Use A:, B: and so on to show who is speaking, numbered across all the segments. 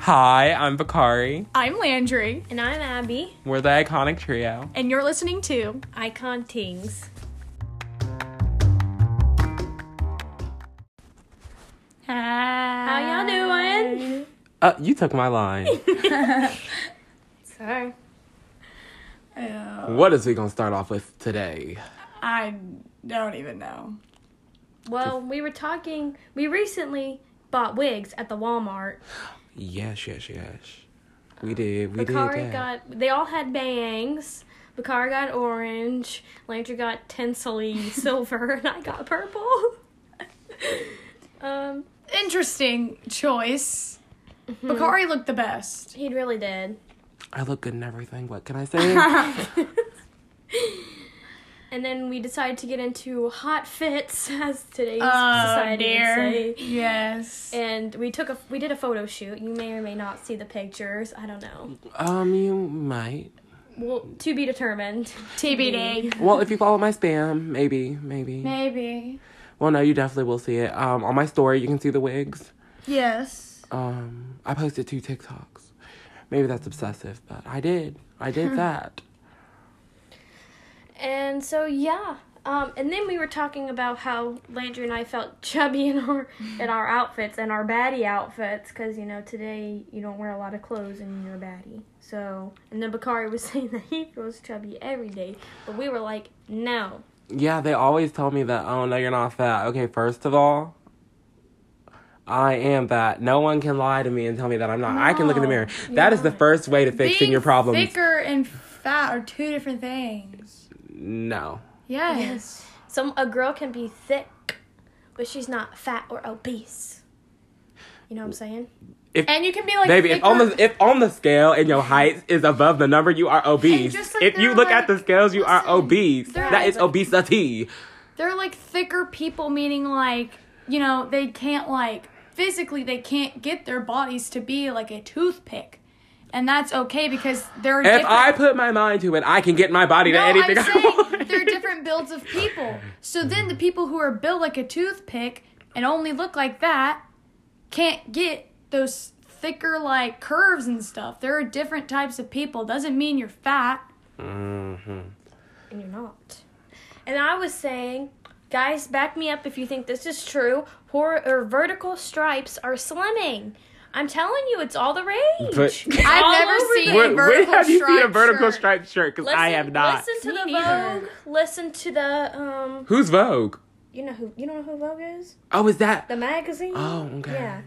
A: Hi, I'm Bakari.
B: I'm Landry,
C: And I'm Abby.
A: We're the iconic trio.
B: and you're listening to
C: Icon Tings.
B: Hi.
C: How y'all doing?
A: Uh, you took my line.
C: Sorry.
A: what is we gonna start off with today?
B: I don't even know.
C: Well, we were talking. We recently bought wigs at the Walmart.
A: Yes, yes, yes. We did. We
C: Bakari
A: did. That.
C: got. They all had bangs. Bakari got orange. Landry got tinsely silver, and I got purple. um,
B: Interesting choice. Bakari looked the best.
C: he really did.
A: I look good in everything. What can I say?
C: And then we decided to get into hot fits, as today's
B: Oh
C: society would
B: dear.
C: say.
B: Yes.
C: And we took a we did a photo shoot. You may or may not see the pictures. I don't know.
A: um, you might.
C: Well, to be determined.
B: TBD.
A: Well, if you follow my spam, maybe, maybe.
B: Maybe.
A: Well, no, you definitely will see it. Um, on my story, you can see the wigs.
B: Yes.
A: Um, I posted two TikToks. Maybe that's obsessive, but I did. I did that.
C: And so yeah. Um, and then we were talking about how Landry and I felt chubby in our in our outfits and our baddie outfits because you know today you don't wear a lot of clothes and you're a baddie. So and then Bakari was saying that he feels chubby every day, but we were like, no,
A: Yeah, they always tell me that, oh, no, you're not fat. Okay, first of all, I am fat. No one can lie to me and tell me that I'm not. I can look in the
B: No,
A: mirror. That is the first way to fixing
B: Being
A: your problems.
B: Thicker and fat are two different things.
A: No.
B: Yes.
C: some a girl can be thick, but she's not fat or obese. You know what I'm saying?
A: If,
B: And you can be like
A: baby, if
B: thicker.
A: on, the, if on the scale and your height is above the number, you are obese.
B: just like
A: if you
B: they're
A: look at the
B: like-
A: scales, you are
B: listen,
A: obese.
B: they're
A: That is
C: like-
A: obesity.
B: they're like thicker people meaning like you know they can't like physically they can't get their bodies to be like a toothpick and that's okay because they're
A: If
B: different
A: I put my mind to it, I can get my body to
B: no,
A: anything
B: I'm
A: I want.
B: saying they're different builds of people. So then the people who are built like a toothpick and only look like that can't get those thicker like curves and stuff. There are different types of people. Doesn't mean you're fat.
C: and you're not. And I was saying, guys, back me up if you think this is true. Hor- or vertical stripes are slimming. I'm telling you, it's all the rage.
A: But-
B: I've
C: All
B: never
C: over
B: seen
C: the-
A: Where, where
B: a vertical
A: have you seen a
B: striped
A: vertical
B: shirt.
A: striped shirt? Because
C: Listen,
A: I have not.
C: Listen to
B: Me
C: the
B: neither.
C: Vogue. Listen to the um.
A: Who's Vogue?
C: You know who? You know who Vogue is?
A: Oh, is that?
C: The magazine.
A: Oh, okay.
C: Yeah.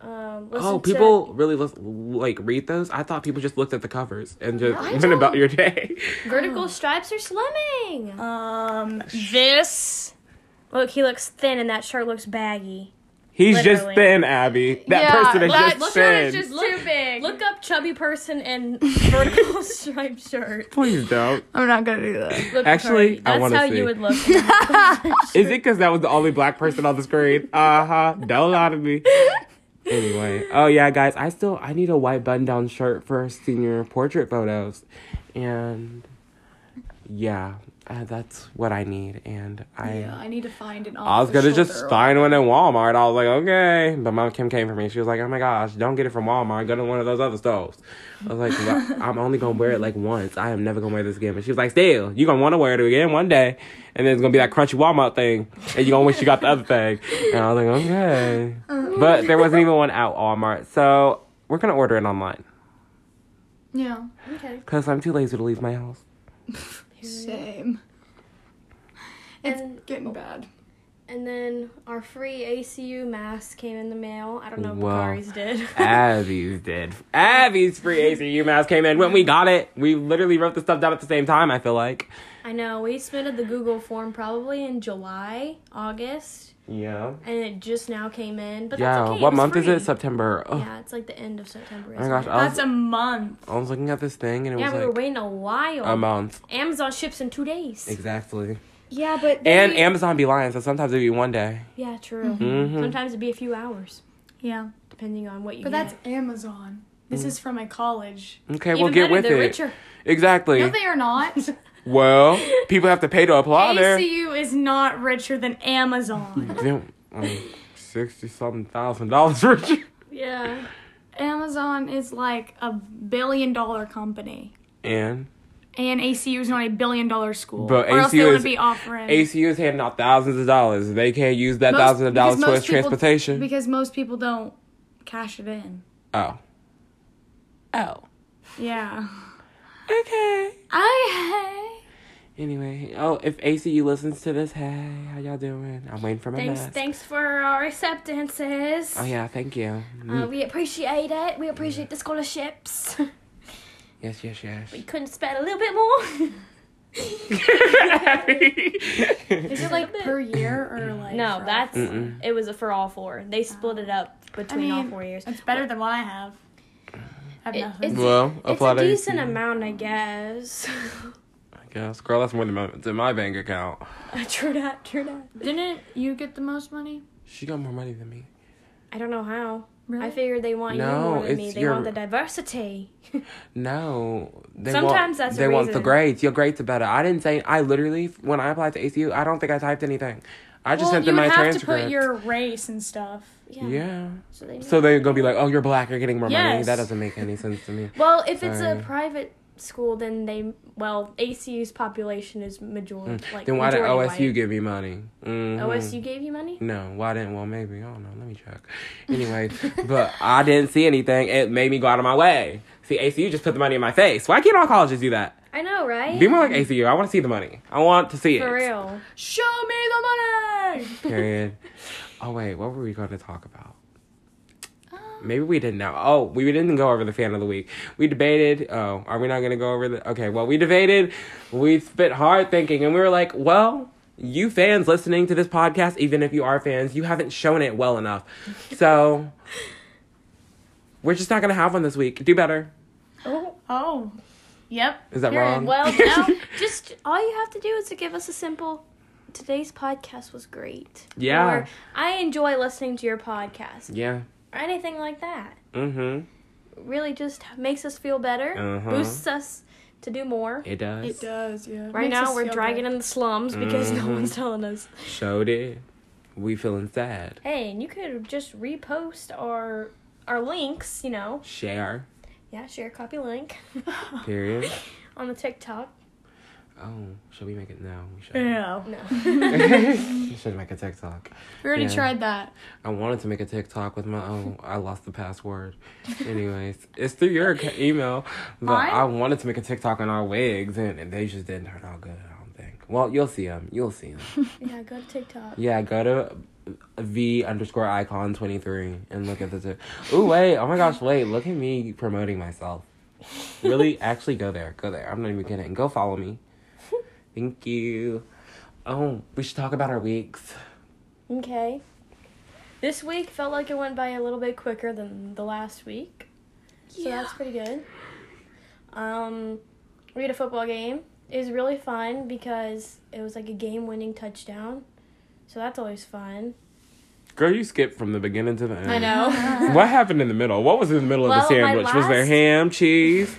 C: Um, listen
A: Oh,
C: to-
A: people really listen, like read those. I thought people just looked at the covers and just
C: I
A: went
C: don't.
A: about your day.
C: vertical
A: Oh.
C: stripes are slimming.
B: Um, this.
C: Look, he looks thin, and that shirt looks baggy.
A: He's just
C: Literally.
A: thin, Abby. That
B: Yeah,
A: person is
B: that-
A: just
B: look at it,
A: thin.
B: just- It's too big.
C: Look up chubby person and vertical striped shirt.
A: Please don't.
B: I'm not gonna do that.
C: Look,
A: Actually,
C: Cardi,
A: I
C: that's
A: wanna
C: how
A: see.
C: you would look.
A: Is it because that was the only black person on the screen? Uh huh. Don't lie to me. Anyway, oh yeah, guys, I still I need a white button down shirt for senior portrait photos, and yeah, uh, that's what I need. And I
B: Yeah, I need to find an.
A: I was gonna just
B: off-the-shoulder
A: find one at Walmart. I was like, okay. But Mom Kim came for me. She was like, oh my gosh, don't get it from Walmart. Go to one of those other stores. I was like, well, I'm only gonna wear it like once. I am never gonna wear this again. But she was like, still, you're gonna wanna wear it again one day. And then it's gonna be that crunchy Walmart thing. And you're gonna wish you got the other thing. And I was like, okay. But there wasn't even one out Walmart. So we're gonna order it online.
B: Yeah.
C: Okay.
A: Because I'm too lazy to leave my house.
B: Same. It's
C: And-
B: getting bad.
C: And then our free ACU mask came in the mail. I don't know if
A: Wow.
C: Bakari's did.
A: Abby's did. Abby's free ACU mask came in. When we got it, we literally wrote the stuff down at the same time, I feel like.
C: I know. We submitted the Google form probably in July, August,
A: Yeah.
C: and it just now came in. But
A: Yeah.
C: that's okay.
A: what
C: was
A: month is
C: free.
A: it? September. Oh,
C: Yeah, it's like the end of September.
A: my
C: isn't
A: gosh.
C: it?
A: I
B: That's
A: was,
B: a month.
A: I was looking at this thing and it
C: Yeah, we were
A: was like
C: waiting a while.
A: a month.
C: Amazon ships in two days.
A: Exactly.
C: Yeah, but
A: And Amazon be lying, so sometimes it'd be one day.
C: yeah, true.
A: Mhm.
C: Sometimes it'd be a few hours,
B: Yeah.
C: depending on what you.
B: But
C: get.
B: that's Amazon. This is from a college.
A: Okay,
C: Even
A: we'll get
C: better,
A: with
C: they're
A: it.
C: richer.
A: Exactly.
B: No, they are not.
A: well, people have to pay to apply there.
B: ACU is not richer than Amazon.
A: Then, um, Sixty something thousand dollars richer.
C: Yeah.
B: Amazon is like a billion dollar company.
A: And
B: And ACU is not a billion dollar school.
A: But
B: or else
A: ACU
B: they
A: is-
B: would be offering
A: ACU is handing out thousands of dollars. They can't use that
B: Most-
A: thousand of dollars
B: because
A: towards
B: most people-
A: transportation.
B: Because most people don't cash it in.
A: oh. Oh.
B: Yeah.
A: Okay.
B: I
A: Anyway, oh, if ACU listens to this, hey, how y'all doing? I'm waiting for my
C: Thanks,
A: mask.
C: thanks for our acceptances.
A: Oh yeah, thank you. Mm,
C: Uh, we appreciate it. We appreciate the scholarships.
A: yes, yes, yes.
C: we couldn't spend a little bit more.
B: is it like per year or like
C: no,
B: for-
C: that's
A: Mm-mm.
C: it was for all four. They split it up
B: I
C: between
B: mean,
C: all four years.
B: It's better than what I have. I have
C: It-
B: nothing.
C: it's-
A: well,
C: It's
A: applaud
C: a decent
A: ACU.
C: amount, I guess.
A: I guess, girl, that's more than my, than my bank account.
C: true that, true that.
B: Didn't you get the most money?
A: She got more money than me.
C: I don't know how.
B: Really?
C: I figured they want you
A: No,
C: more than me.
A: it's
C: They
A: your-
C: want the diversity.
A: No, they want,
C: Sometimes that's
A: they
C: the
A: want the
C: reason.
A: grades. Your grades are better. I didn't say. I literally, when I applied to ACU, I don't think I typed anything. I just
B: well,
A: sent
B: you
A: them
B: would
A: my
B: have to
A: transcript.
B: put your race and stuff.
A: yeah.
C: So they
A: So they're gonna be like, "Oh, you're black. You're getting more money."
B: Yes.
A: That doesn't make any sense to me.
C: well, if it's
A: Sorry.
C: a private school, then they well ACU's population is majority. Like
A: Mm. then why did
C: majority
A: OSU
C: white.
A: give me money? Mhm.
C: OSU gave you money?
A: No, why didn't? Well, maybe I don't know. Let me check. Anyway, but I didn't see anything. It made me go out of my way. See, ACU just put the money in my face. Why can't all colleges do that?
C: I know, right?
A: Be more like ACU. I want to see the money. I want to see
C: For
A: it.
C: real.
B: Show me the money.
A: Period. oh wait, what were we going to talk about?
C: Um,
A: Maybe we didn't know. Oh, we didn't go over the fan of the week. We debated. Oh, are we not going to go over the? Okay, well, we debated. We spit hard thinking, and we were like, well, you fans listening to this podcast, even if you are fans, you haven't shown it well enough. So we're just not going to have one this week. Do better.
C: Oh,
B: Oh, yep.
A: Is that
C: period.
A: wrong?
C: Well, now just all you have to do is to give us a simple. Today's podcast was great.
A: Yeah.
C: Or I enjoy listening to your podcast.
A: yeah.
C: Or anything like that.
A: Mm-hmm.
C: Really, just makes us feel better.
A: Uh-huh.
C: Boosts us to do more.
A: It does.
B: It does, yeah.
C: Right now, we're dragging in the slums because
A: Mhm.
C: no one's telling us.
A: So did. We feeling sad.
C: Hey, and you could just repost our our links, you know.
A: Share.
C: Yeah, share copy link
A: Period.
C: on the TikTok.
A: Oh, should we make it? No, we should.
B: Yeah.
C: No.
A: we should make a TikTok.
B: We already
A: Yeah.
B: tried that.
A: I wanted to make a TikTok with my own. I lost the password. Anyways, it's through your ca- email, but
B: Mine?
A: I wanted to make a TikTok on our wigs, and, and they just didn't turn out good. I don't think. Well, you'll see them. You'll see them.
C: yeah, go to TikTok.
A: yeah, go to v underscore icon twenty three and look at the. T- Ooh wait! Oh my gosh! Wait! Look at me promoting myself. Really? actually, go there. Go there. I'm not even kidding. Go follow me. Thank you. Oh, we should talk about our weeks.
C: Okay. This week felt like it went by a little bit quicker than the last week. So that's pretty good. Um, we had a football game. It was really fun because it was like a game winning touchdown. So that's always fun.
A: Girl, you skipped from the beginning to the end.
C: I know.
A: What happened in the middle? What was in the middle of the
C: Well, my
A: sandwich? Was there
C: last-
A: ham, cheese?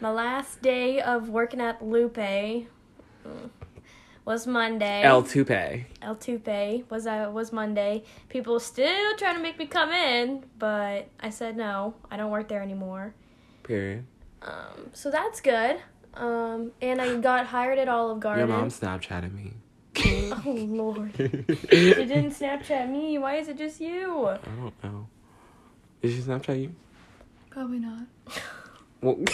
C: My last day of working at Lupe uh, was Monday.
A: El Tupe.
C: El Tupe was uh, was Monday. People still trying to make me come in, but I said no. I don't work there anymore.
A: Period.
C: Um, so that's good. Um, and I got hired at Olive
A: Your
C: Garden.
A: mom Snapchatted me.
C: Oh lord.
A: I
C: She didn't Snapchat me. Why is it just you?
A: don't know. Did she Snapchat you?
B: Probably not.
A: Well,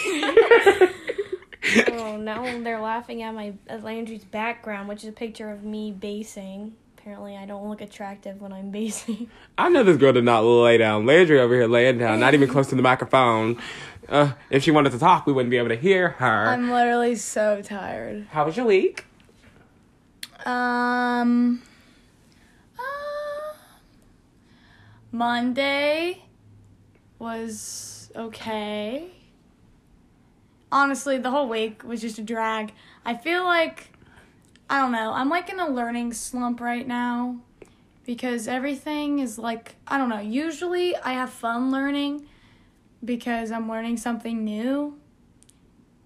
C: Oh, now they're laughing at my at Landry's background, which is a picture of me basing. Apparently, I don't look attractive when I'm basing.
A: I know this girl did not lay down. Landry over here laying down, not even close to the microphone. Uh, if she wanted to talk, we wouldn't be able to hear her.
B: I'm literally so tired.
A: How was your week?
B: Um. uh, Monday was okay. Honestly, the whole week was just a drag. I feel like I don't know. I'm like in a learning slump right now because everything is like I don't know. Usually I have fun learning because I'm learning something new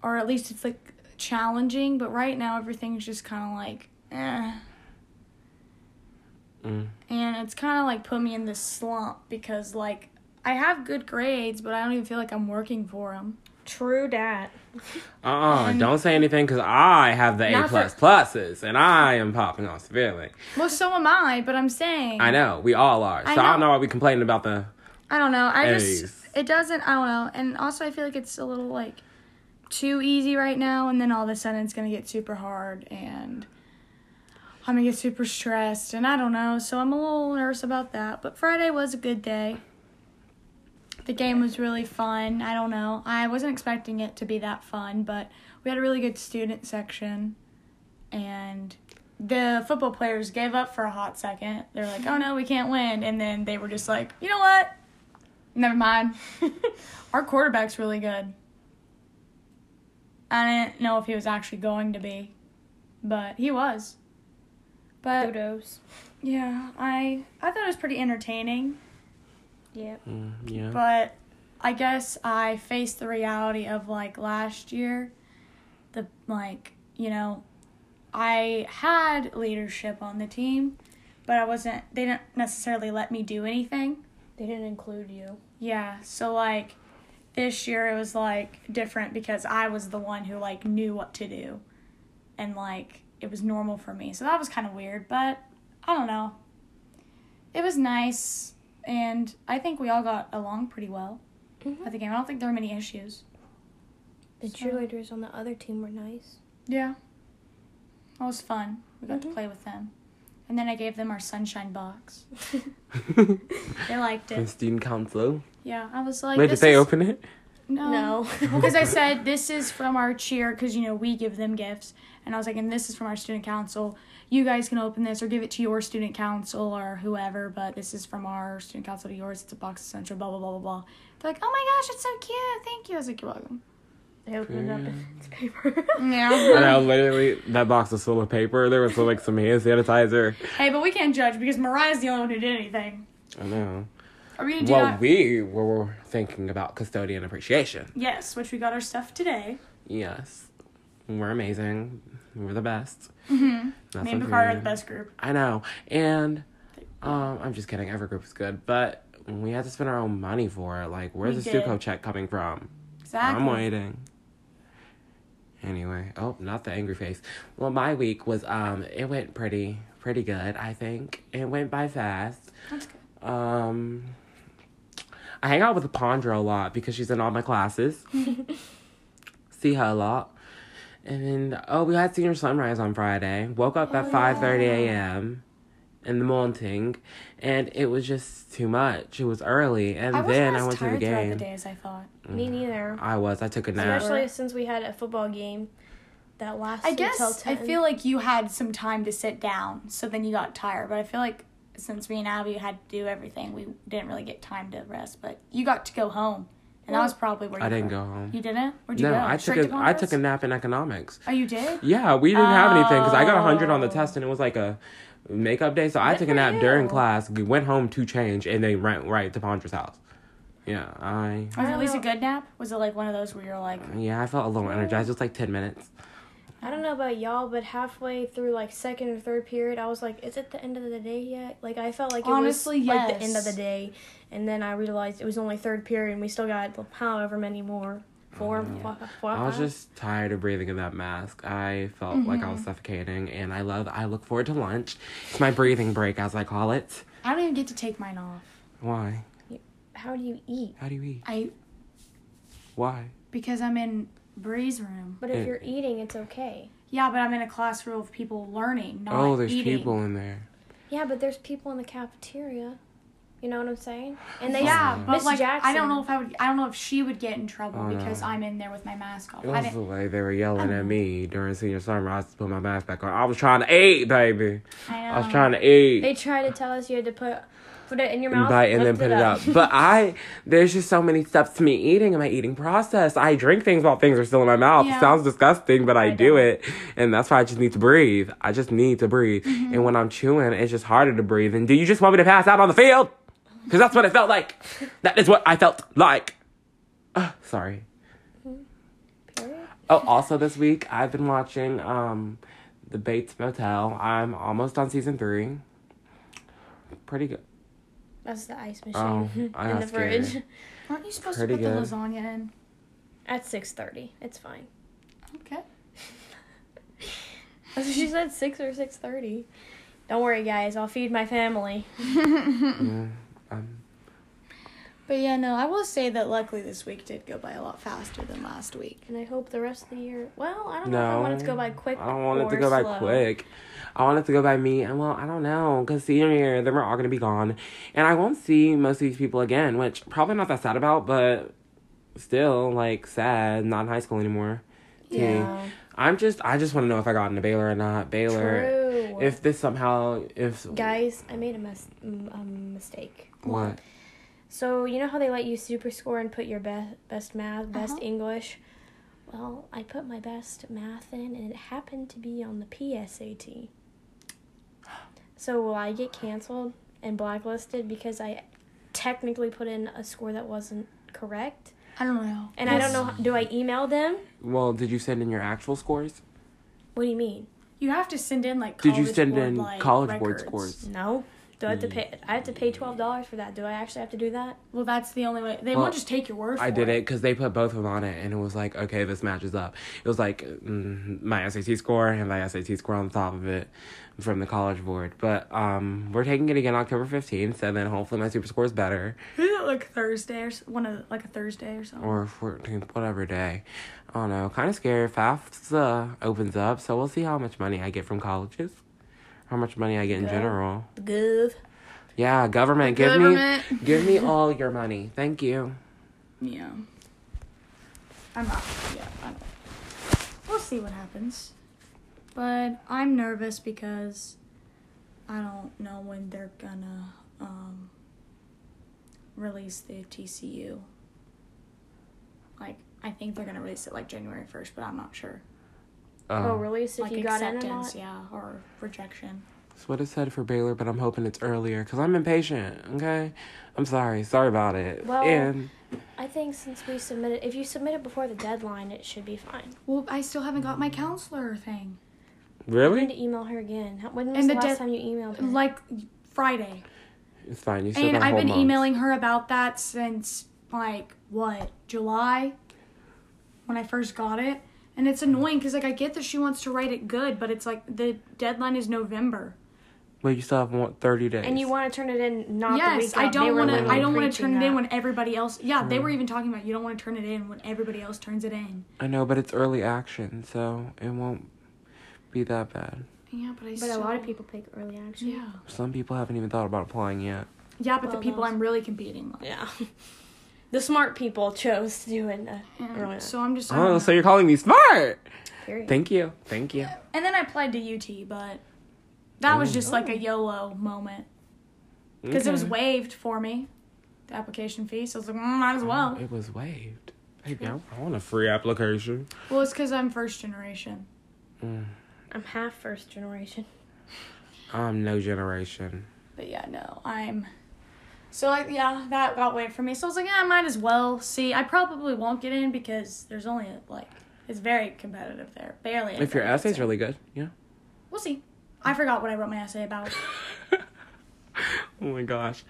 B: or at least it's like challenging, but right now everything's just kind of like eh.
A: Mm.
B: And it's kind of like put me in this slump because like I have good grades, but I don't even feel like I'm working for them.
C: True dat.
A: Uh uh-uh, uh, do not say anything because I have the A
C: Not for-
A: plus pluses and I am popping off severely.
B: Well, so am I, but I'm saying
A: I know, we all are. So I,
B: I
A: don't
B: know.
A: know why we complaining about the.
B: I don't know. I
A: A's.
B: just it doesn't. I don't know. And also, I feel like it's a little like too easy right now, and then all of a sudden it's gonna get super hard, and I'm gonna get super stressed, and I don't know. So I'm a little nervous about that. But Friday was a good day. The game was really fun. I don't know. I wasn't expecting it to be that fun, but we had a really good student section, and the football players gave up for a hot second. They're like, "Oh no, we can't win," and then they were just like, "You know what? Never mind. Our quarterback's really good." I didn't know if he was actually going to be, but he was.
A: Uh,
B: But
C: Dodos.
B: yeah, I I thought it was pretty entertaining,
C: Yep.
A: Mm, yeah.
B: but I guess I faced the reality of like last year, the like, you know, I had leadership on the team, but I wasn't they didn't necessarily let me do anything.
C: They didn't include you.
B: Yeah, so like this year it was like different because I was the one who like knew what to do and like it was normal for me. So that was kind of weird, but I don't know. It was nice and I think we all got along pretty well at the game. I don't think there were many issues.
C: The
B: So-
C: cheerleaders on the other team were nice.
B: Yeah. Mm-hmm. That was fun. We got
C: Mhm.
B: to play with them. And then I gave them our sunshine box. They liked
A: And
B: it.
A: student council.
B: Yeah, I was like,
A: Wait, did
B: this
A: they
B: is-
A: open it?
C: no.
B: because I said this is from our cheer because you know we give them gifts, and I was like, and this is from our student council. You guys can open this or give it to your student council or whoever, but this is from our student council to yours. It's a box of central, blah blah blah blah blah. They're like, oh my gosh, it's so cute, thank you. I was like, you're welcome.
C: They opened it up and it's paper.
B: Mm-hmm.
A: I
B: Yeah.
A: know, literally, that box was full of paper. There was like some hand sanitizer.
B: hey, but we can't judge because Mariah's the only one who did anything.
A: I know.
B: Are we gonna do
A: Well,
B: that?
A: we were thinking about custodian appreciation.
B: yes, which we got our stuff today.
A: Yes. We're amazing. We're the best.
B: Mm-hmm.
A: That's
B: Me and
A: what
B: Picard
A: we-
B: are the best group.
A: I know. And um, I'm just kidding. Every group is good. But we had to spend our own money for it. Like, where's
B: We
A: the
B: did.
A: Stuco check coming from?
B: Exactly.
A: I'm waiting. Anyway, oh, not the angry face. Well, my week was um, it went pretty, pretty good. I think it went by fast.
B: That's good.
A: Um, I hang out with Pondra a lot because she's in all my classes. See her a lot. And then, oh, we had senior sunrise on Friday. Woke up at
C: Oh,
A: five thirty
C: yeah.
A: a.m. in the morning, and it was just too much. It was early, and
B: I wasn't
A: then
B: as
A: I went to
B: tired
A: the
B: throughout the
A: game.
B: day as I thought.
C: Me neither.
A: I was. I took a nap.
C: Especially since we had a football game that lasted
B: I
C: until
B: guess I
C: 10.
B: feel like you had some time to sit down, so then you got tired. But I feel like since me and Abby had to do everything, we didn't really get time to rest. But you got to go home, and that was probably where you
A: I didn't
B: were.
A: go home.
B: You didn't? Where'd you
A: No,
B: go?
A: I took
B: Straight
A: a
B: to
A: I took a
B: Congress?
A: nap in economics.
B: Oh, you did?
A: Yeah, we didn't have anything because I got a hundred on the
B: Oh.
A: test and it was like a makeup day. So I
C: Good
A: took
C: for
A: a nap during
C: you.
A: class. We went home to change and they went right to Pondra's house. Yeah, I
B: Was it at
C: I
B: least a
C: don't know.
B: good nap? Was it like one of those where you're like,
A: yeah I felt a little energized. Just like ten minutes.
C: I don't know about y'all, but halfway through like second or third period, I was like, "Is it the end of the day yet?" Like I felt like it
B: Honestly,
C: was like the end of the
B: yes.
C: day, and then I realized it was only third period, and we still got however many more. Four, four, four
A: Mm, I was
C: five.
A: just tired of breathing in that mask. I felt like I was suffocating, and I love. I look forward to lunch. It's my breathing break, as I call it.
B: I don't even get to take mine off.
A: Why?
C: How do you eat?
A: How do you eat?
B: I
A: Why?
B: because I'm in Bree's room.
C: But if
A: It-
C: you're eating, it's okay.
B: Yeah, but I'm in a classroom of people learning, not
A: oh, there's
B: eating.
A: people in there.
C: Yeah, but there's people in the cafeteria. You know what I'm saying? And
A: Oh,
C: they
B: Yeah, but
C: Miss
B: like I
C: Jackson-
B: don't know if I would. I don't know if she would get in trouble
A: Oh, no.
B: because I'm in there with my mask off.
A: It
B: I
A: was
B: didn't.
A: the way they were yelling
B: I-
A: at me during senior sunrise to put my mask back on. I was trying to eat, baby.
B: I, know.
A: I was trying to eat.
C: They tried to tell us you had to put put it in your
A: and
C: mouth,
A: bite and then
C: lift
A: put it up. But I, there's just so many steps to me eating and my eating process. I drink things while things are still in my mouth.
B: Yeah.
A: It sounds disgusting, but I,
C: I
A: do
C: don't.
A: it. And that's why I just need to breathe. I just need to breathe. And when I'm chewing, it's just harder to breathe. And do you just want me to pass out on the field? Because that's what it felt like. That is what I felt like. Ah, sorry.
C: Period.
A: Oh, also this week, I've been watching um, The Bates Motel. I'm almost on season three. Pretty good.
C: That's the ice machine
A: Oh, I
C: in the
A: got scared.
C: fridge.
B: Aren't you supposed
A: Pretty
B: to put
A: good.
B: the lasagna in?
C: At six thirty, it's fine.
B: Okay.
C: She said six or six thirty. Don't worry, guys. I'll feed my family.
A: Yeah, um,
B: But yeah, no, I will say that luckily this week did go by a lot faster than last week.
C: And I hope the rest of the year. Well, I don't know if I
A: no,
C: want it to go by quick.
A: I don't want it to
C: or
A: go by
C: slow.
A: quick. I want it to go by me, and well, I don't know, because senior year, then we're all gonna be gone, and I won't see most of these people again, which probably not that sad about, but still like sad, not in high school anymore. to me.
C: Yeah.
A: I'm just, I just want to know if I got into Baylor or not. Baylor,
C: True.
A: if this somehow, if
C: guys, I made a mess, mm, um, mistake.
A: what?
C: So you know how they let you super score and put your best best math, best
B: Uh-huh.
C: English. Well, I put my best math in, and it happened to be on the PSAT. So will I get canceled and blacklisted because I technically put in a score that wasn't correct?
B: I don't know.
C: And I don't know. Do I email them?
A: Well, did you send in your actual scores?
C: What do you mean?
B: You have to send in like.
A: Did you
B: College
A: send
B: board,
A: in
B: like,
A: College Board
B: records.
A: scores?
C: No. Do I have to pay? I have to pay twelve dollars for that. Do I actually have to do that?
B: Well, that's the only way. They
A: Well,
B: won't just take your word. For
A: I did it because they put both of them on it, and it was like, okay, this matches up. It was like mm, my SAT score and my SAT score on top of it from the College Board. But um, we're taking it again October fifteenth, and then hopefully my super score is better
B: Is it like Thursday or s- one of like a Thursday or something?
A: or fourteenth, whatever day. I don't know. Kind of scared. FAFSA opens up, so we'll see how much money I get from colleges, how much money I get in
C: Good.
A: general.
C: Gov.
A: Yeah, government, give
B: Government.
A: me, give me all your money. Thank you.
B: Yeah. I'm not. Yeah, I don't. We'll see what happens. But I'm nervous because I don't know when they're gonna um, release the TCU. Like, I think they're gonna release it like January 1st, but I'm not sure.
A: Um,
C: Oh, release if
B: like,
C: you got in or not.
B: yeah, or rejection.
A: That's what it said for Baylor, but I'm hoping it's earlier because I'm impatient. Okay, I'm sorry. Sorry about it.
C: Well-
A: and
C: I think since we submitted, if you submit it before the deadline, it should be fine.
B: Well, I still haven't got my counselor thing.
C: I need
A: really,
C: to email her again. How- When was
B: And the
C: the last
B: dead-
C: time you emailed her?
B: Like, Friday.
A: it's fine. You still
B: And
A: got a
B: I've
A: whole
B: been
A: month.
B: emailing her about that since like what July when I first got it, and it's annoying because like I get that she wants to write it good, but it's like the deadline is November.
A: But you still have one, thirty days.
C: and you want to turn it in not the
B: yes,
C: week
B: I
C: of. They
B: don't
C: were
B: want to.
C: literally
B: I don't want to
C: preaching
B: turn it in
C: that.
B: when everybody else. Yeah, they were even talking about you don't want to turn it in when everybody else turns it in.
A: I know, but it's early action, so it won't be that bad.
B: Yeah, but I.
C: But a lot of people take early action.
B: Yeah.
A: Some people haven't even thought about applying yet.
B: Yeah, but
C: Well,
B: the people
C: those-
B: I'm really competing with.
C: Yeah. the smart people chose to do it. Uh,
B: And
C: early
B: So I'm just. I don't
A: Oh,
B: know.
A: so you're calling me smart?
C: period.
A: Thank you. Thank you.
B: and then I applied to UT, but that was
A: Ooh.
B: just like a YOLO moment. because it was
A: Okay.
B: waived for me, the application fee. So I was like, mm, might as well.
A: It was waived. Hey, I I want a free application.
B: Well, it's because I'm first generation.
C: I'm half first generation.
A: I'm Um, no generation.
B: But yeah, no, I'm. So like, yeah, that got waived for me. So I was like, yeah, I might as well see. I probably won't get in because there's only like it's very competitive there. Barely.
A: If your
B: anybody gets
A: essay's
B: in.
A: really good, yeah.
B: we'll see. I forgot what I wrote my essay about.
A: Oh my gosh.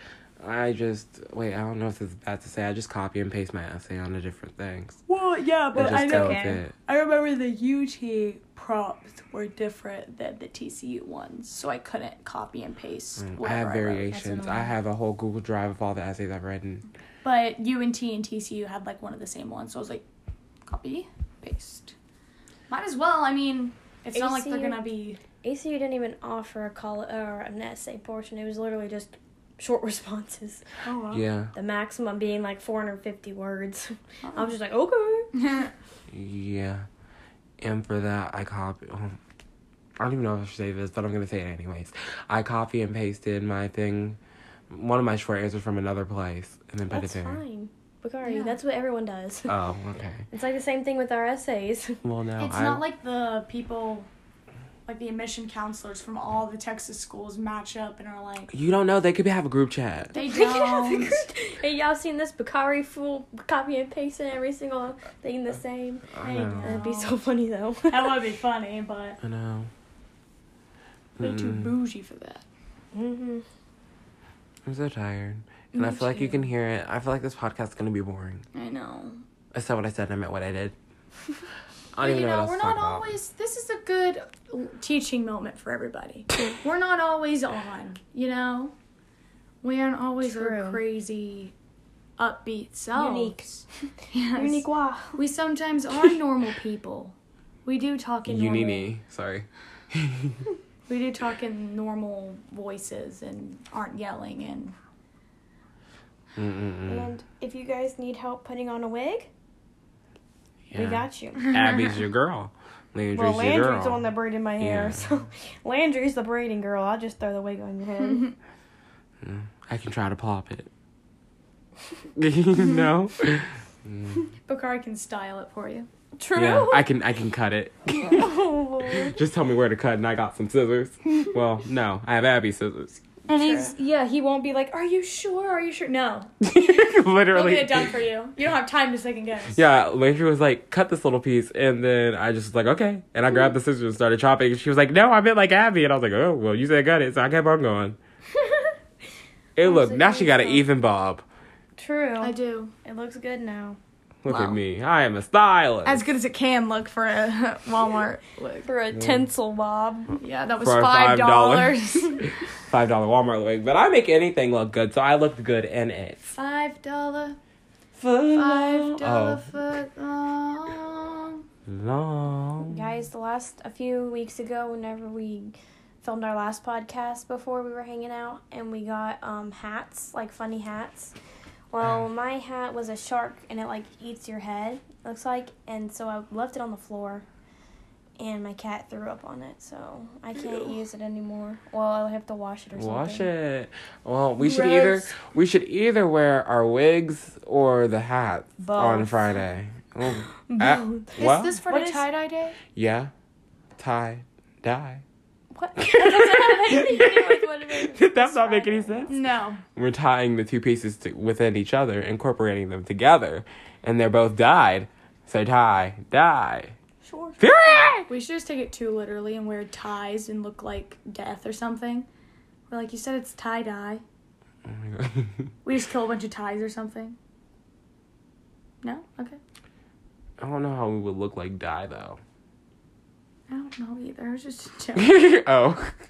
A: I just wait, I don't know if this is bad to say. I just copy and paste my essay onto different things.
B: Well, yeah,
A: And just go with it.
B: I remember the UT prompts were different than the TCU ones, so I couldn't copy and
A: Mm,
B: paste.
A: I have
B: whatever wrote.
A: variations. I have a whole Google Drive of all the essays I've written.
B: But UNT and TCU had like one of the same ones, so I was like, copy, paste. Might as well. I mean, it's not like they're
C: ACU.
B: gonna be.
C: ACU didn't even offer a call or an essay portion. It was literally just short responses.
B: Oh wow.
A: Yeah.
C: The maximum being like 450 words. I was just like, okay.
A: Yeah. And for that I copy oh, I don't even know if I should say this, but I'm gonna say it anyways. I copy and pasted my thing one of my short answers from another place and then put
C: That's
A: it there.
C: fine. Bakari,
B: Yeah.
C: that's what everyone does.
A: Oh, okay.
C: It's like the same thing with our essays.
A: Well now
B: it's
A: I
B: not like the people, like the admission counselors from all the Texas schools match up and are like,
A: you don't know, they could have a group chat.
B: they don't.
C: hey, y'all seen this Bakari fool copy and pasting every single thing the same?
A: I
B: they
A: know.
C: That'd be
B: No.
C: so funny though.
B: that would be funny, but
A: I know.
B: they're too
A: Mm. Mm-mm.
C: Mm-hmm.
B: bougie for that.
C: hmm
A: I'm so tired. And
B: Me
A: I feel like you
B: too.
A: can hear it. I feel like this podcast's gonna be boring.
B: I know.
A: I said what I said. I meant what I did. I
B: But
A: don't
B: you
A: even know,
B: know,
A: what else
B: we're
A: to talk
B: not
A: about.
B: always. This is a good teaching moment for everybody. we're not always on. You know, we aren't always
C: True.
B: our crazy, upbeat selves. Yes.
C: Unique wow.
B: We sometimes are normal people. We do talk in normal.
A: Unini. Sorry.
B: We do talk in normal voices and aren't yelling and
A: Mm-mm-mm.
C: And if you guys need help putting on a wig, we
A: Yeah.
C: got you.
A: Abby's your girl. Landry's
C: Well,
A: your
C: Landry's
A: girl.
C: the one that braided my hair,
A: Yeah.
C: so Landry's the braiding girl. I'll just throw the wig on your head.
A: I can try to pop it. you know?
B: Bakari can style it for you.
C: True.
A: Yeah, I can I can cut it.
C: oh, Lord.
A: Just tell me where to cut and I got some scissors. Well, no, I have Abby's scissors.
B: And he's yeah, he won't be like, "Are you sure? Are you sure?" No, he'll
A: Literally.
B: get it done for you. You don't have time to second guess.
A: Yeah, Landry was like, cut this little piece. And then I just was like, okay. And
B: Mm-hmm.
A: I grabbed the scissors and started chopping. And she was like, no, I meant like Abby. And I was like, oh, well, you said cut it. So I kept on going. And look,
C: like,
A: now she got an
C: "Oh."
A: even bob.
C: True.
B: I do
C: It looks good now.
A: Look
B: Wow.
A: at me. I am a stylist.
B: as good as it can look for a Walmart look.
C: For a tinsel bob.
B: Yeah, that was
A: For
B: five dollars.
A: $5 Walmart wig. But I make anything look good. So I looked good in it.
B: Five dollar,
A: Five Oh,
B: five dollar foot long.
A: Long.
C: Guys, the last a few weeks ago, whenever we filmed our last podcast before we were hanging out, and we got um hats, like funny hats.
A: Ah.
C: Well, my hat was a shark, and it like eats your head. It looks like, and so I left it on the floor, and my cat threw up on it, so I can't use it anymore. Well, I'll have to wash it or something.
A: Wash it. Well, we should either
B: Gross.
A: we should either wear our wigs or the hats on
C: Both.
A: Friday. Oh, uh,
B: Is
A: well,
B: this for
C: What
B: the
C: is-
B: tie dye day?
A: yeah, tie, dye.
C: What? That doesn't have anything to do with what it is.
A: Did that not make any
C: Friday.
A: sense?
B: No.
A: We're tying the two pieces to, within each other, incorporating them together, and they're both dyed. So tie, dye.
C: Sure.
A: Fury!
B: We should just take it too literally and wear ties and look like death or something. We're like, you said it's tie dye.
A: Oh my God.
B: We just kill a bunch of ties or something. No? Okay.
A: I don't know how we would look like dye though.
B: I don't know either. It was just a joke.
A: oh.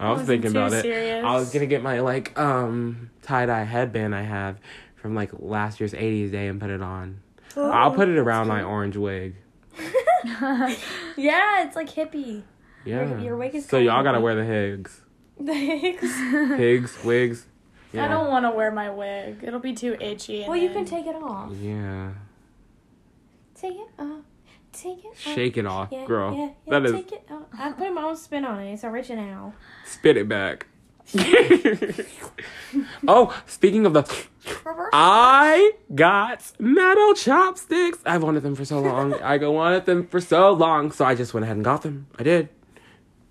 A: I was
B: Wasn't
A: thinking
B: too
A: about it.
B: serious.
A: I was gonna get my like um tie dye headband I have from like last year's '80s day and put it on. I'll put
C: Oh,
B: Oh,
A: it around my orange wig.
C: yeah, it's like hippie.
A: Yeah.
C: your wig is
A: so y'all
C: kinda
A: gotta
C: hippie.
A: wear the higs,
C: Thanks.
A: higs, wigs. Yeah.
B: I don't want to wear my wig. It'll be too itchy. and
C: Well, you can
B: then-
C: take it off.
A: Yeah.
C: Take it off. Take it off.
A: Shake it off,
C: yeah,
A: girl.
C: Yeah, yeah,
A: That is
C: Take it off. I put my own spin on it. It's original.
A: spit it back. oh, speaking of the,
B: Reverse.
A: I got metal chopsticks. I've wanted them for so long. I go wanted them for so long, so I just went ahead and got them. I did,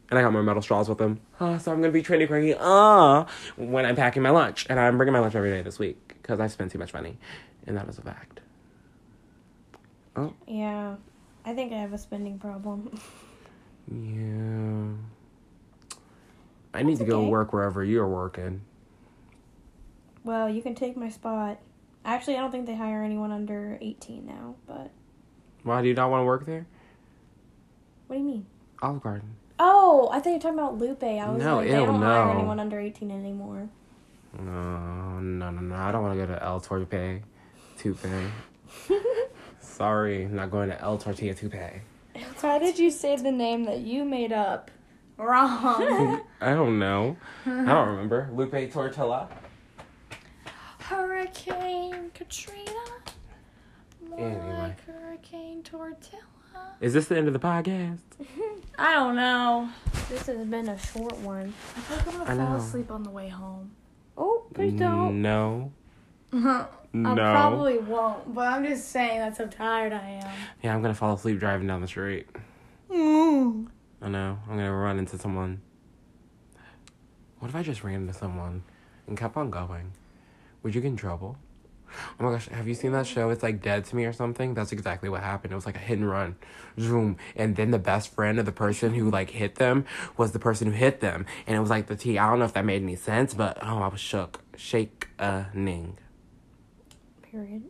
A: and I got my metal straws with them. Uh, so I'm gonna be trendy cranky. Uh, when I'm packing my lunch, and I'm bringing my lunch every day this week because I spent too much money, and that is a fact.
C: Yeah. I think I have a spending problem.
A: Yeah. I need to go
C: okay.
A: work wherever you're working.
C: Well, you can take my spot. Actually, I don't think they hire anyone under 18 now, but
A: Why do you not want to work there?
C: what do you mean?
A: Olive Garden.
C: Oh, I thought you were talking about Lupe. I was
A: No,
C: like,
A: ew,
C: they don't hire
A: no.
C: anyone under 18 anymore.
A: No, no, no, no. I don't want to go to El Torpe. Tupe. Sorry, not going to El Tortilla Tupe.
B: How did you say the name that you made up? Wrong.
A: I don't know. I don't remember. Lupe Tortilla.
B: Hurricane Katrina. More
A: Anyway.
B: like Hurricane Tortilla.
A: Is this the end of the podcast?
B: I don't know.
C: This has been a short one.
B: I think I'm
A: I
B: gonna fall
A: know. Mm.
B: asleep on the way home.
C: Oh, please don't.
A: No.
B: I
A: No.
B: probably won't, but I'm just saying that's how tired I am.
A: yeah, I'm going to fall asleep driving down the street. I know. I'm going to run into someone. What if I just ran into someone and kept on going? Would you get in trouble? Oh my gosh, have you seen that show? It's like Dead to Me or something. That's exactly what happened. It was like a hit and run, zoom, and then the best friend of the person who like hit them was the person who hit them, and it was like the T. I don't know if that made any sense, but oh, I was shook, shake, uh, ning.
C: Period.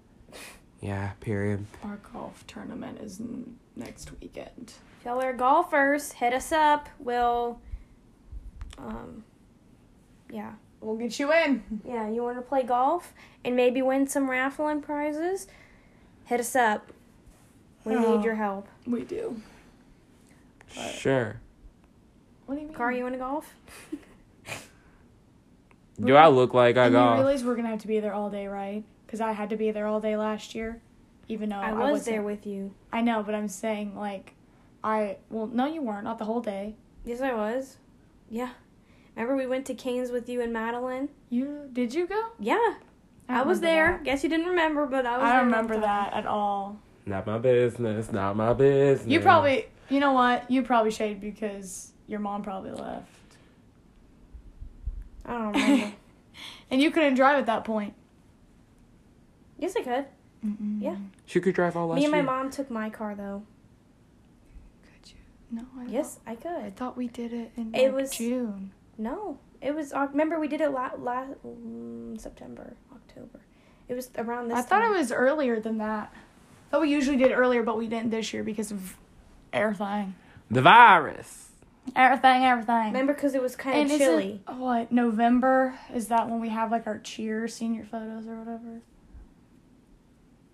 A: Yeah, period.
D: Our golf tournament is n- next weekend.
C: If y'all are golfers, hit us up. We'll, um, yeah,
D: We'll get you in.
C: yeah. You want to play golf and maybe win some raffling prizes? Hit us up. We
D: Yeah.
B: Oh.
C: need your help.
D: We do.
A: Sure.
D: What do you mean?
C: Car, you want to golf?
A: Do I look like I
B: And you
A: got?
B: realize we're gonna have to be there all day, right? Because I had to be there all day last year, even though
C: I
B: I,
C: was
B: wasn't.
C: there with you.
B: I know, but I'm saying like, I well, no, you weren't. Not the whole day.
C: Yes, I was. Yeah. Remember we went to Canes with you and Madeline?
B: You did you go?
C: Yeah, I,
B: don't
C: was
B: remember
C: there. Guess you didn't remember, but I
B: that.
C: was.
B: I
C: there
B: don't remember
C: time.
B: that at all.
A: Not my business. Not my business.
B: You probably, you know what? You probably shade because your mom probably left,
C: I don't remember.
B: and you couldn't drive at that point.
C: yes, I could.
B: Mm-mm.
C: Yeah.
A: She could drive all last
C: Me and my
A: year.
C: mom took my car though.
D: Could you? No, I
C: Yes, I
D: thought- I
C: could.
D: thought we did it in
C: It
D: like,
C: was-
D: June.
C: No, it was. Oc- Remember, we did it last la- mm, September, October. It was around this.
B: I thought
C: time.
B: it was earlier than that. I thought we usually did earlier, but we didn't this year because of everything,
A: The virus.
B: everything, everything.
C: Remember, because it was kind
B: And
C: of chilly.
B: Is it, what November is that when we have like our cheer senior photos or whatever?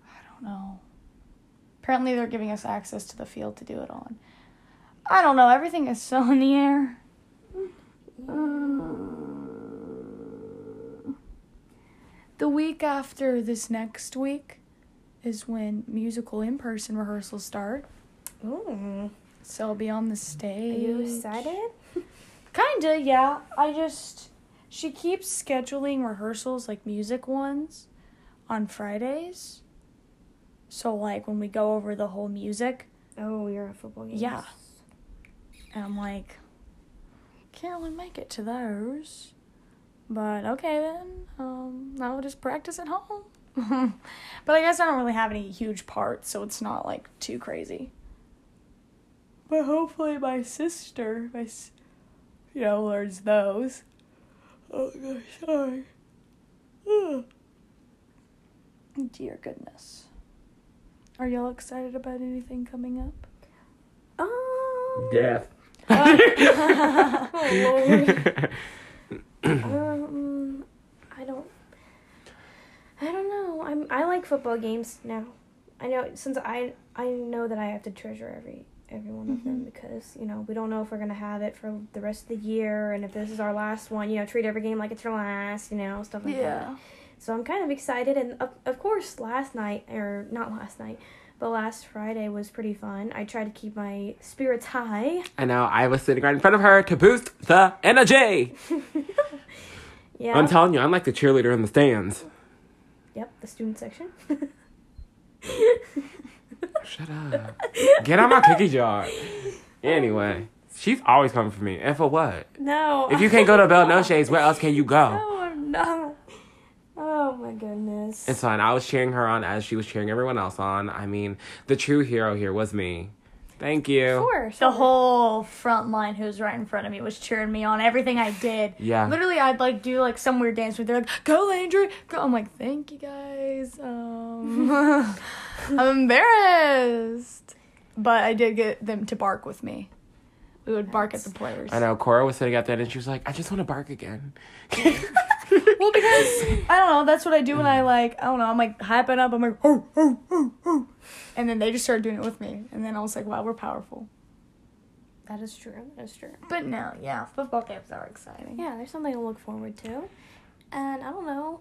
B: I don't know. Apparently, they're giving us access to the field to do it on. I don't know. Everything is so in the air. Uh, The week after this next week is when musical in person rehearsals start.
C: Ooh,
B: So I'll be on the
C: are
B: stage.
C: you excited?
B: Kinda, yeah. I just she keeps scheduling rehearsals like music ones on Fridays. So like when we go over the whole music
C: Oh, you're at football games.
B: Yeah. and I'm like can't really make it to those. But okay then. Um I'll just practice at home. but I guess I don't really have any huge parts, so it's not like too crazy. But hopefully my sister, my s- you know, learns those. Oh gosh, sorry. Ugh. Dear goodness. Are y'all excited about anything coming up?
C: Oh.
A: Death.
C: oh Lord. um, I don't. I don't know. I'm. I like football games now. I know since I I know that I have to treasure every every one of them because you know we don't know if we're gonna have it for the rest of the year and if this is our last one. You know, treat every game like it's your last. You know, stuff like that. So I'm kind of excited, and of, of course, last night or not last night, but last Friday was pretty fun. I tried to keep my spirits high.
A: And now I was sitting right in front of her to boost the energy.
C: Yeah.
A: I'm telling you, I'm like the cheerleader in the stands.
C: yep, the student section.
A: Shut up. Get out my cookie jar. Anyway, she's always coming for me. And for what?
C: No.
A: If you can't go to Bell No Shades, where else can you go?
C: No, I'm not. Oh my goodness.
A: It's fine. I was cheering her on as she was cheering everyone else on. I mean, the true hero here was me. Thank you.
C: Sure,
B: The
C: sure.
B: whole front line who was right in front of me was cheering me on everything I did.
A: Yeah.
B: Literally, I'd like do like some weird dance where they're like, "Go, Landry!" Go. I'm like, "Thank you guys." Um, I'm embarrassed, but I did get them to bark with me. We would bark at the players.
A: I know Cora was sitting out there and she was like, I just want to bark again.
B: Well, because I don't know. That's what I do when
A: Mm.
B: I like. I don't know. I'm like hyping up. I'm like, oh, oh, oh, oh, and then they just started doing it with me, and then I was like, wow, we're powerful.
C: That is true. That is true.
B: But no, yeah, football games are exciting.
C: Yeah, there's something to look forward to. And I don't know.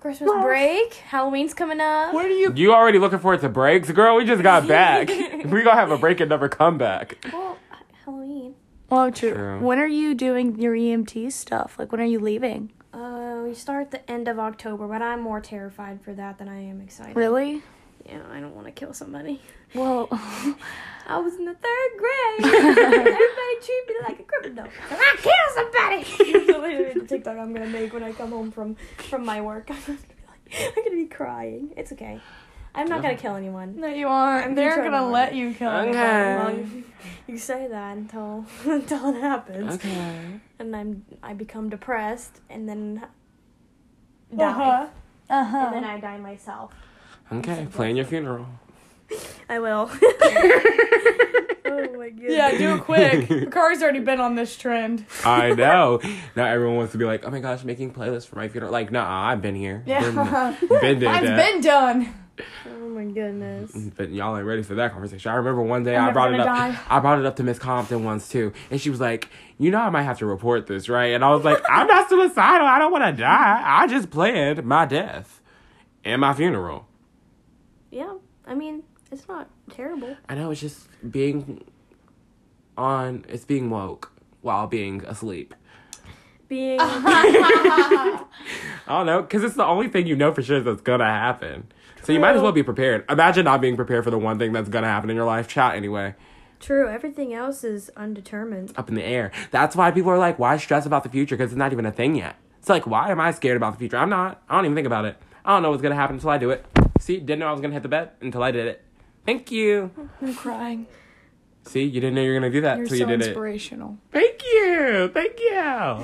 C: Christmas break. Halloween's coming up.
B: Where do you
A: You already looking forward to breaks, girl? We just got back. we gonna have a break and never come back.
C: Well, h- Halloween.
B: Well, true.
A: True.
B: When are you doing your EMT stuff? Like, when are you leaving?
C: Uh, we start at the end of October, but I'm more terrified for that than I am excited.
B: Really?
C: Yeah, I don't want to kill somebody.
B: Well,
C: I was in the third grade. Everybody treated me like a criminal. And I killed somebody. mistake that I'm gonna make when I come home from from my work. I'm gonna be, like, I'm gonna be crying. It's okay. I'm not gonna kill anyone.
D: No, you aren't.
C: I'm
D: They're
C: determined.
D: gonna let you kill
A: Okay.
C: Well,
D: anybody.
C: you, you say that until until it happens,
A: Okay.
C: and I'm I become depressed, and then die,
D: Uh huh. Uh
C: and then
D: huh.
C: I die myself.
A: Okay. Plan your funeral.
C: I will. oh my goodness.
D: Yeah, do it quick. Bakari's already been on this trend.
A: I know. Now everyone wants to be like, oh my gosh, making playlists for my funeral. Like, nah, I've been here.
D: Yeah.
A: Been, been there. uh,
D: Mine's
A: that.
D: been done.
C: Oh my goodness.
A: But y'all ain't ready for that conversation. I remember one day
B: I'm
A: I
B: never
A: brought it up.
B: gonna die.
A: I brought it up to Miss Compton once too, and she was like, "You know, I might have to report this, right?" And I was like, "I'm not suicidal. I don't want to die. I just planned my death and my funeral.
C: Yeah, I mean, it's not terrible.
A: I know it's just being on. It's being woke while being asleep.
C: Being
A: I don't know, because it's the only thing you know for sure that's gonna happen. So you might as well be prepared. Imagine not being prepared for the one thing that's gonna happen in your life. Chat anyway.
C: true, everything else is undetermined.
A: up in the air. That's why people are like, why stress about the future? Because it's not even a thing yet. It's like, why am I scared about the future? I'm not. I don't even think about it. I don't know what's gonna happen until I do it. See, didn't know I was gonna hit the bed until I did it. Thank you.
D: I'm crying.
A: See, you didn't know you were gonna do that
D: You're
A: until
D: so
A: you did it.
D: inspirational.
A: Thank you. Thank you.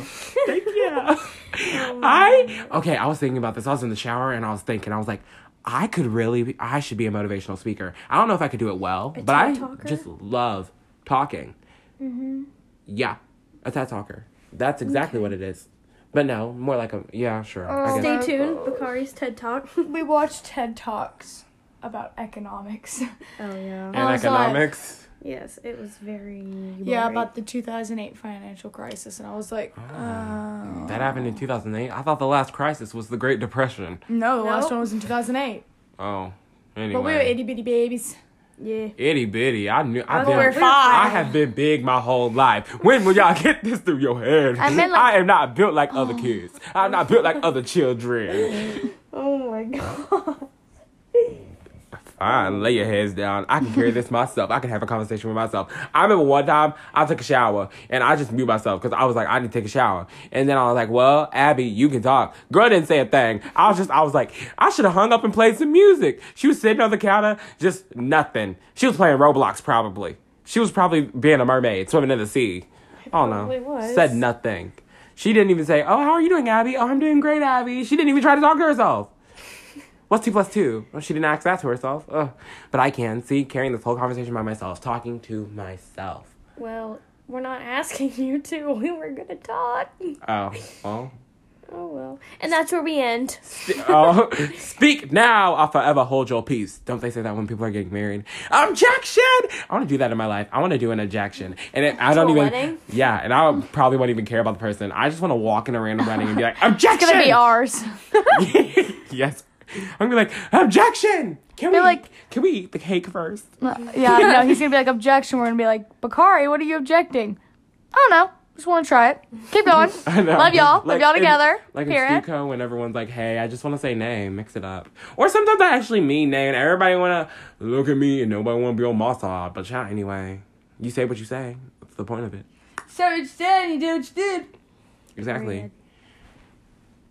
A: Thank you. I okay, I was thinking about this. I was in the shower and I was thinking, I was like, I could really be, I should be a motivational speaker. I don't know if I could do it well, but I
C: TED talker? Mm-hmm.
A: just love talking. Yeah. A TED talker. That's exactly what it is. But no, more like a yeah, sure. I guess.
C: Stay tuned, Bakari's TED Talk. oh
D: We watched TED Talks about economics.
C: yeah.
A: And
D: I was like-
A: economics.
C: Yes, it was very.
D: yeah,
C: boring.
D: about the 2008 financial crisis, and I was like, uh,
A: That happened in 2008. I thought the last crisis was the Great Depression.
D: no, the last
C: No.
D: one was in 2008.
A: Oh, anyway.
D: But we were itty bitty babies.
C: Yeah.
A: Itty bitty. I knew. I
C: Oh, we're
A: did.
C: fine.
A: I have been big my whole life. When will y'all get this through your head? I,
B: I meant like-
A: am not built like other kids. I'm not built like other children.
C: Oh my god.
A: Fine, lay your heads down. I can carry this myself. I can have a conversation with myself. I remember one time I took a shower and I just mute myself because I was like, I need to take a shower. And then I was like, Well, Abby, you can talk. Girl didn't say a thing. I was just, I was like, I should have hung up and played some music. She was sitting on the counter, just nothing. She was playing Roblox probably. She was probably being a mermaid swimming in the sea. I don't know.
C: probably was.
A: Said nothing. She didn't even say, Oh, how are you doing, Abby? Oh, I'm doing great, Abby. She didn't even try to talk to herself. What's two plus two? Well, she didn't ask that to herself. Ugh. But I can see carrying this whole conversation by myself, talking to myself.
C: Well, we're not asking you to. We were gonna talk.
A: Oh, well.
C: Oh well. And that's where we end.
A: Sp- oh, speak now, I'll forever hold your peace. Don't they say that when people are getting married? Objection! I want to do that in my life. I want to do an objection, and it, I don't
C: To a
A: even.
C: wedding?
A: Yeah, and I probably won't even care about the person. I just want to walk in a random wedding and be like, objection.
B: It's gonna be ours.
A: yes. I'm gonna be like, objection! Can we
B: They're like-
A: can we eat the cake first?
B: yeah, no, he's gonna be like objection. We're gonna be like Bakari, what are you objecting? I don't know. Just want to try it. Keep going.
A: I know.
B: Love y'all. Love y'all
A: in-
B: together.
A: Like in
B: Period.
A: Stuco, when everyone's like, "Hey, I just want to say nay, mix it up." Or sometimes I actually mean nay, and everybody wanna look at me, and nobody wanna be on my side. But yeah, anyway, you say what you say. That's the point of it.
D: So it's done. You did what you did.
A: Exactly.
C: Period.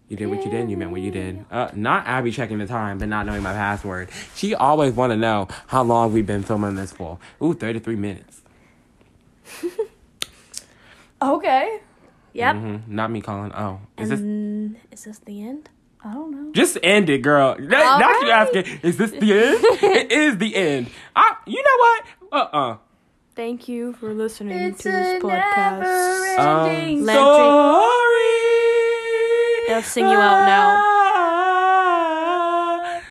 A: You did what you did, and you meant what you did. Uh, not Abby checking the time, but not knowing my password. She always want to know how long we've been filming this for. Ooh, 33 minutes.
D: Okay.
C: Yep.
A: hmm Not me calling. Oh, is this
C: And Mm, is this the end?
D: I don't know.
A: Just end it, girl. That,
C: All
A: that's you
C: right.
A: asking. Is this the end? it is the end. I, you know what? Uh uh
C: Thank you for listening
B: It's
C: to this
B: a
C: podcast.
B: never
A: Um,
B: ending
A: sorry.
C: They'll sing you out now.
A: Ah,